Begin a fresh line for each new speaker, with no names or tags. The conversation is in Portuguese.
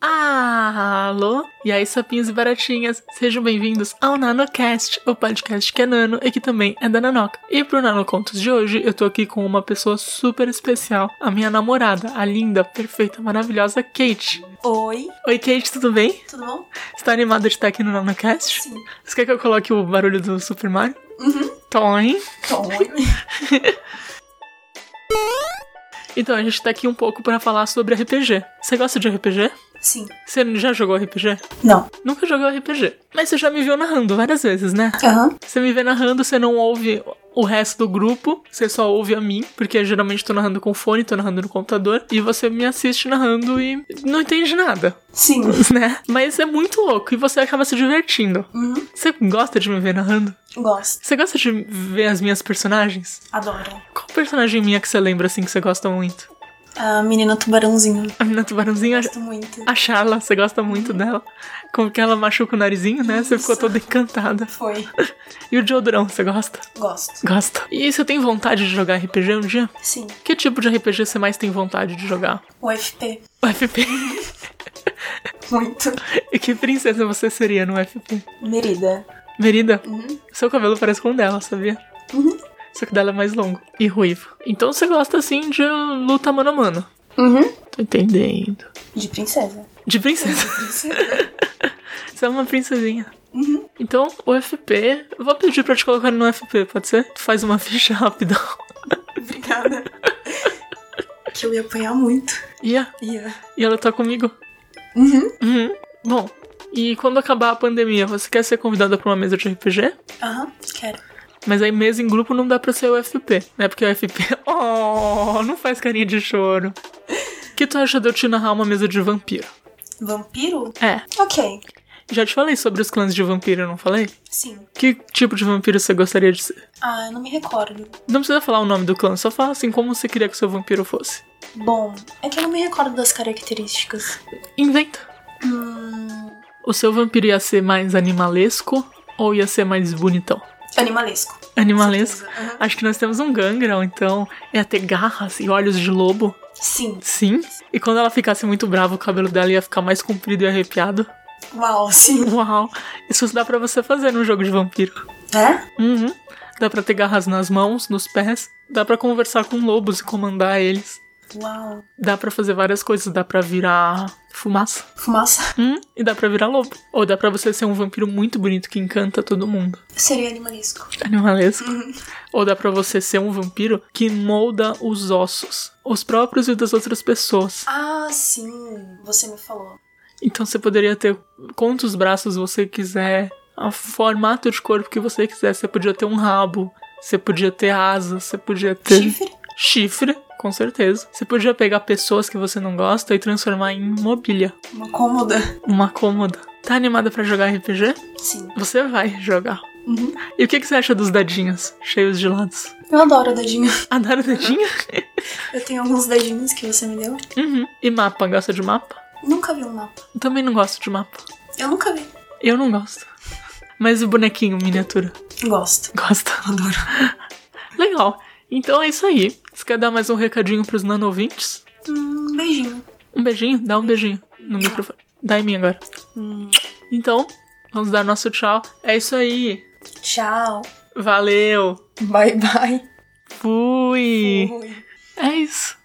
Ah, Alô? E aí, sapinhos e baratinhas, sejam bem-vindos ao NanoCast, o podcast que é nano e que também é da Nanoca. E pro NanoContos de hoje, eu tô aqui com uma pessoa super especial, a minha namorada, a linda, perfeita, maravilhosa Kate.
Oi,
Oi, Kate, tudo bem?
tudo bom?
Você tá animada de estar aqui no NanoCast?
Sim.
Você quer que eu coloque o barulho do Super Mario?
Uhum.
Tom, hein?
Tom.
Então, a gente tá aqui um pouco pra falar sobre RPG. Você gosta de RPG?
Sim.
Você já jogou RPG?
Não.
Nunca jogou RPG. Mas você já me viu narrando várias vezes, né?
Aham.
Você me vê narrando, você não ouve o resto do grupo, você só ouve a mim, porque geralmente tô narrando com fone, tô narrando no computador, e você me assiste narrando e não entende nada,
Sim.
né? Mas é muito louco e você acaba se divertindo.
Uhum.
Você gosta de me ver narrando?
Gosto.
Você gosta de ver as minhas personagens?
Adoro.
Qual personagem minha que você lembra assim que você gosta muito?
A menina Ah, tubarãozinho.
A menina tubarãozinha,
Gosto muito.
a Charla, você gosta muito dela. Como que ela machuca o narizinho, né? Você ficou
Isso.
toda encantada.
Foi.
E o Diodrão, você gosta?
Gosto.
Gosta. E você tem vontade de jogar RPG um dia?
Sim.
Que tipo de RPG você mais tem vontade de jogar?
O FP.
UFP.
Muito.
E que princesa você seria no UFP?
Merida.
Merida,
Uhum.
seu cabelo parece com o dela, sabia?
Uhum.
Só que o dela é mais longo e ruivo. Então você gosta assim de luta mano a mano.
Uhum.
Tô entendendo.
De princesa.
De princesa.
Princesa.
Você é uma princesinha.
Uhum.
Então, o FP. Vou pedir pra te colocar no FP, pode ser? Tu faz uma ficha rápida.
Obrigada. Que eu ia apanhar muito.
Ia.
Ia.
E ela tá comigo.
Uhum.
Uhum. Bom, e quando acabar a pandemia, você quer ser convidada pra uma mesa de RPG?
Aham. Quero.
Mas aí mesa em grupo não dá pra ser o FP, né? Porque o FP. Oh, não faz carinha de choro. O que tu acha de eu te narrar uma mesa de vampiro?
Vampiro?
É.
Ok.
Já te falei sobre os clãs de vampiro, não falei?
Sim.
Que tipo de vampiro você gostaria de ser?
Ah, eu não me recordo.
Não precisa falar o nome do clã, só fala assim como você queria que seu vampiro fosse.
Bom, é que eu não me recordo das características.
Inventa.
Hum.
O seu vampiro ia ser mais animalesco ou ia ser mais bonitão?
Animalesco. Uhum.
Animalesco.
Certeza. Aham.
Acho que nós temos um gangrel, então ia ter garras e olhos de lobo.
Sim.
Sim. E quando ela ficasse muito brava, o cabelo dela ia ficar mais comprido e arrepiado.
Uau, sim.
Uau! Isso dá pra você fazer num jogo de vampiro.
É?
Uhum. Dá pra ter garras nas mãos, nos pés. Dá pra conversar com lobos e comandar eles.
Uau.
Dá pra fazer várias coisas. Dá pra virar fumaça.
Fumaça.
Hum, e dá pra virar lobo. Ou dá pra você ser um vampiro muito bonito que encanta todo mundo.
Seria animalesco.
Animalesco. Ou dá pra você ser um vampiro que molda os ossos. Os próprios e das outras pessoas.
Ah, sim. Você me falou.
Então você poderia ter quantos braços você quiser, o formato de corpo que você quiser. Você podia ter um rabo, você podia ter asas, você podia ter
Chifre?
chifre, com certeza. Você podia pegar pessoas que você não gosta e transformar em mobília,
Uma cômoda?
uma cômoda. Tá animada pra jogar RPG?
Sim.
Você vai jogar.
Uhum.
E o que, que você acha dos dadinhos cheios de lados?
Eu adoro dadinho.
Adoro dadinho?
Eu tenho alguns dadinhos que você me deu.
Uhum. E mapa? Gosta de mapa?
Nunca vi um mapa.
Eu também não gosto de mapa.
Eu nunca vi.
Eu não gosto. Mas o bonequinho, miniatura?
Gosto.
Gosta.
Adoro.
Legal. Então é isso aí. Você quer dar mais um recadinho pros nanovintes?
Hum, beijinho.
Um beijinho? Dá um beijinho no microfone. Dá em mim agora.
Hum,
Então, vamos dar nosso tchau. É isso aí.
tchau.
Valeu.
Bye, bye.
Fui.
Fui.
É isso.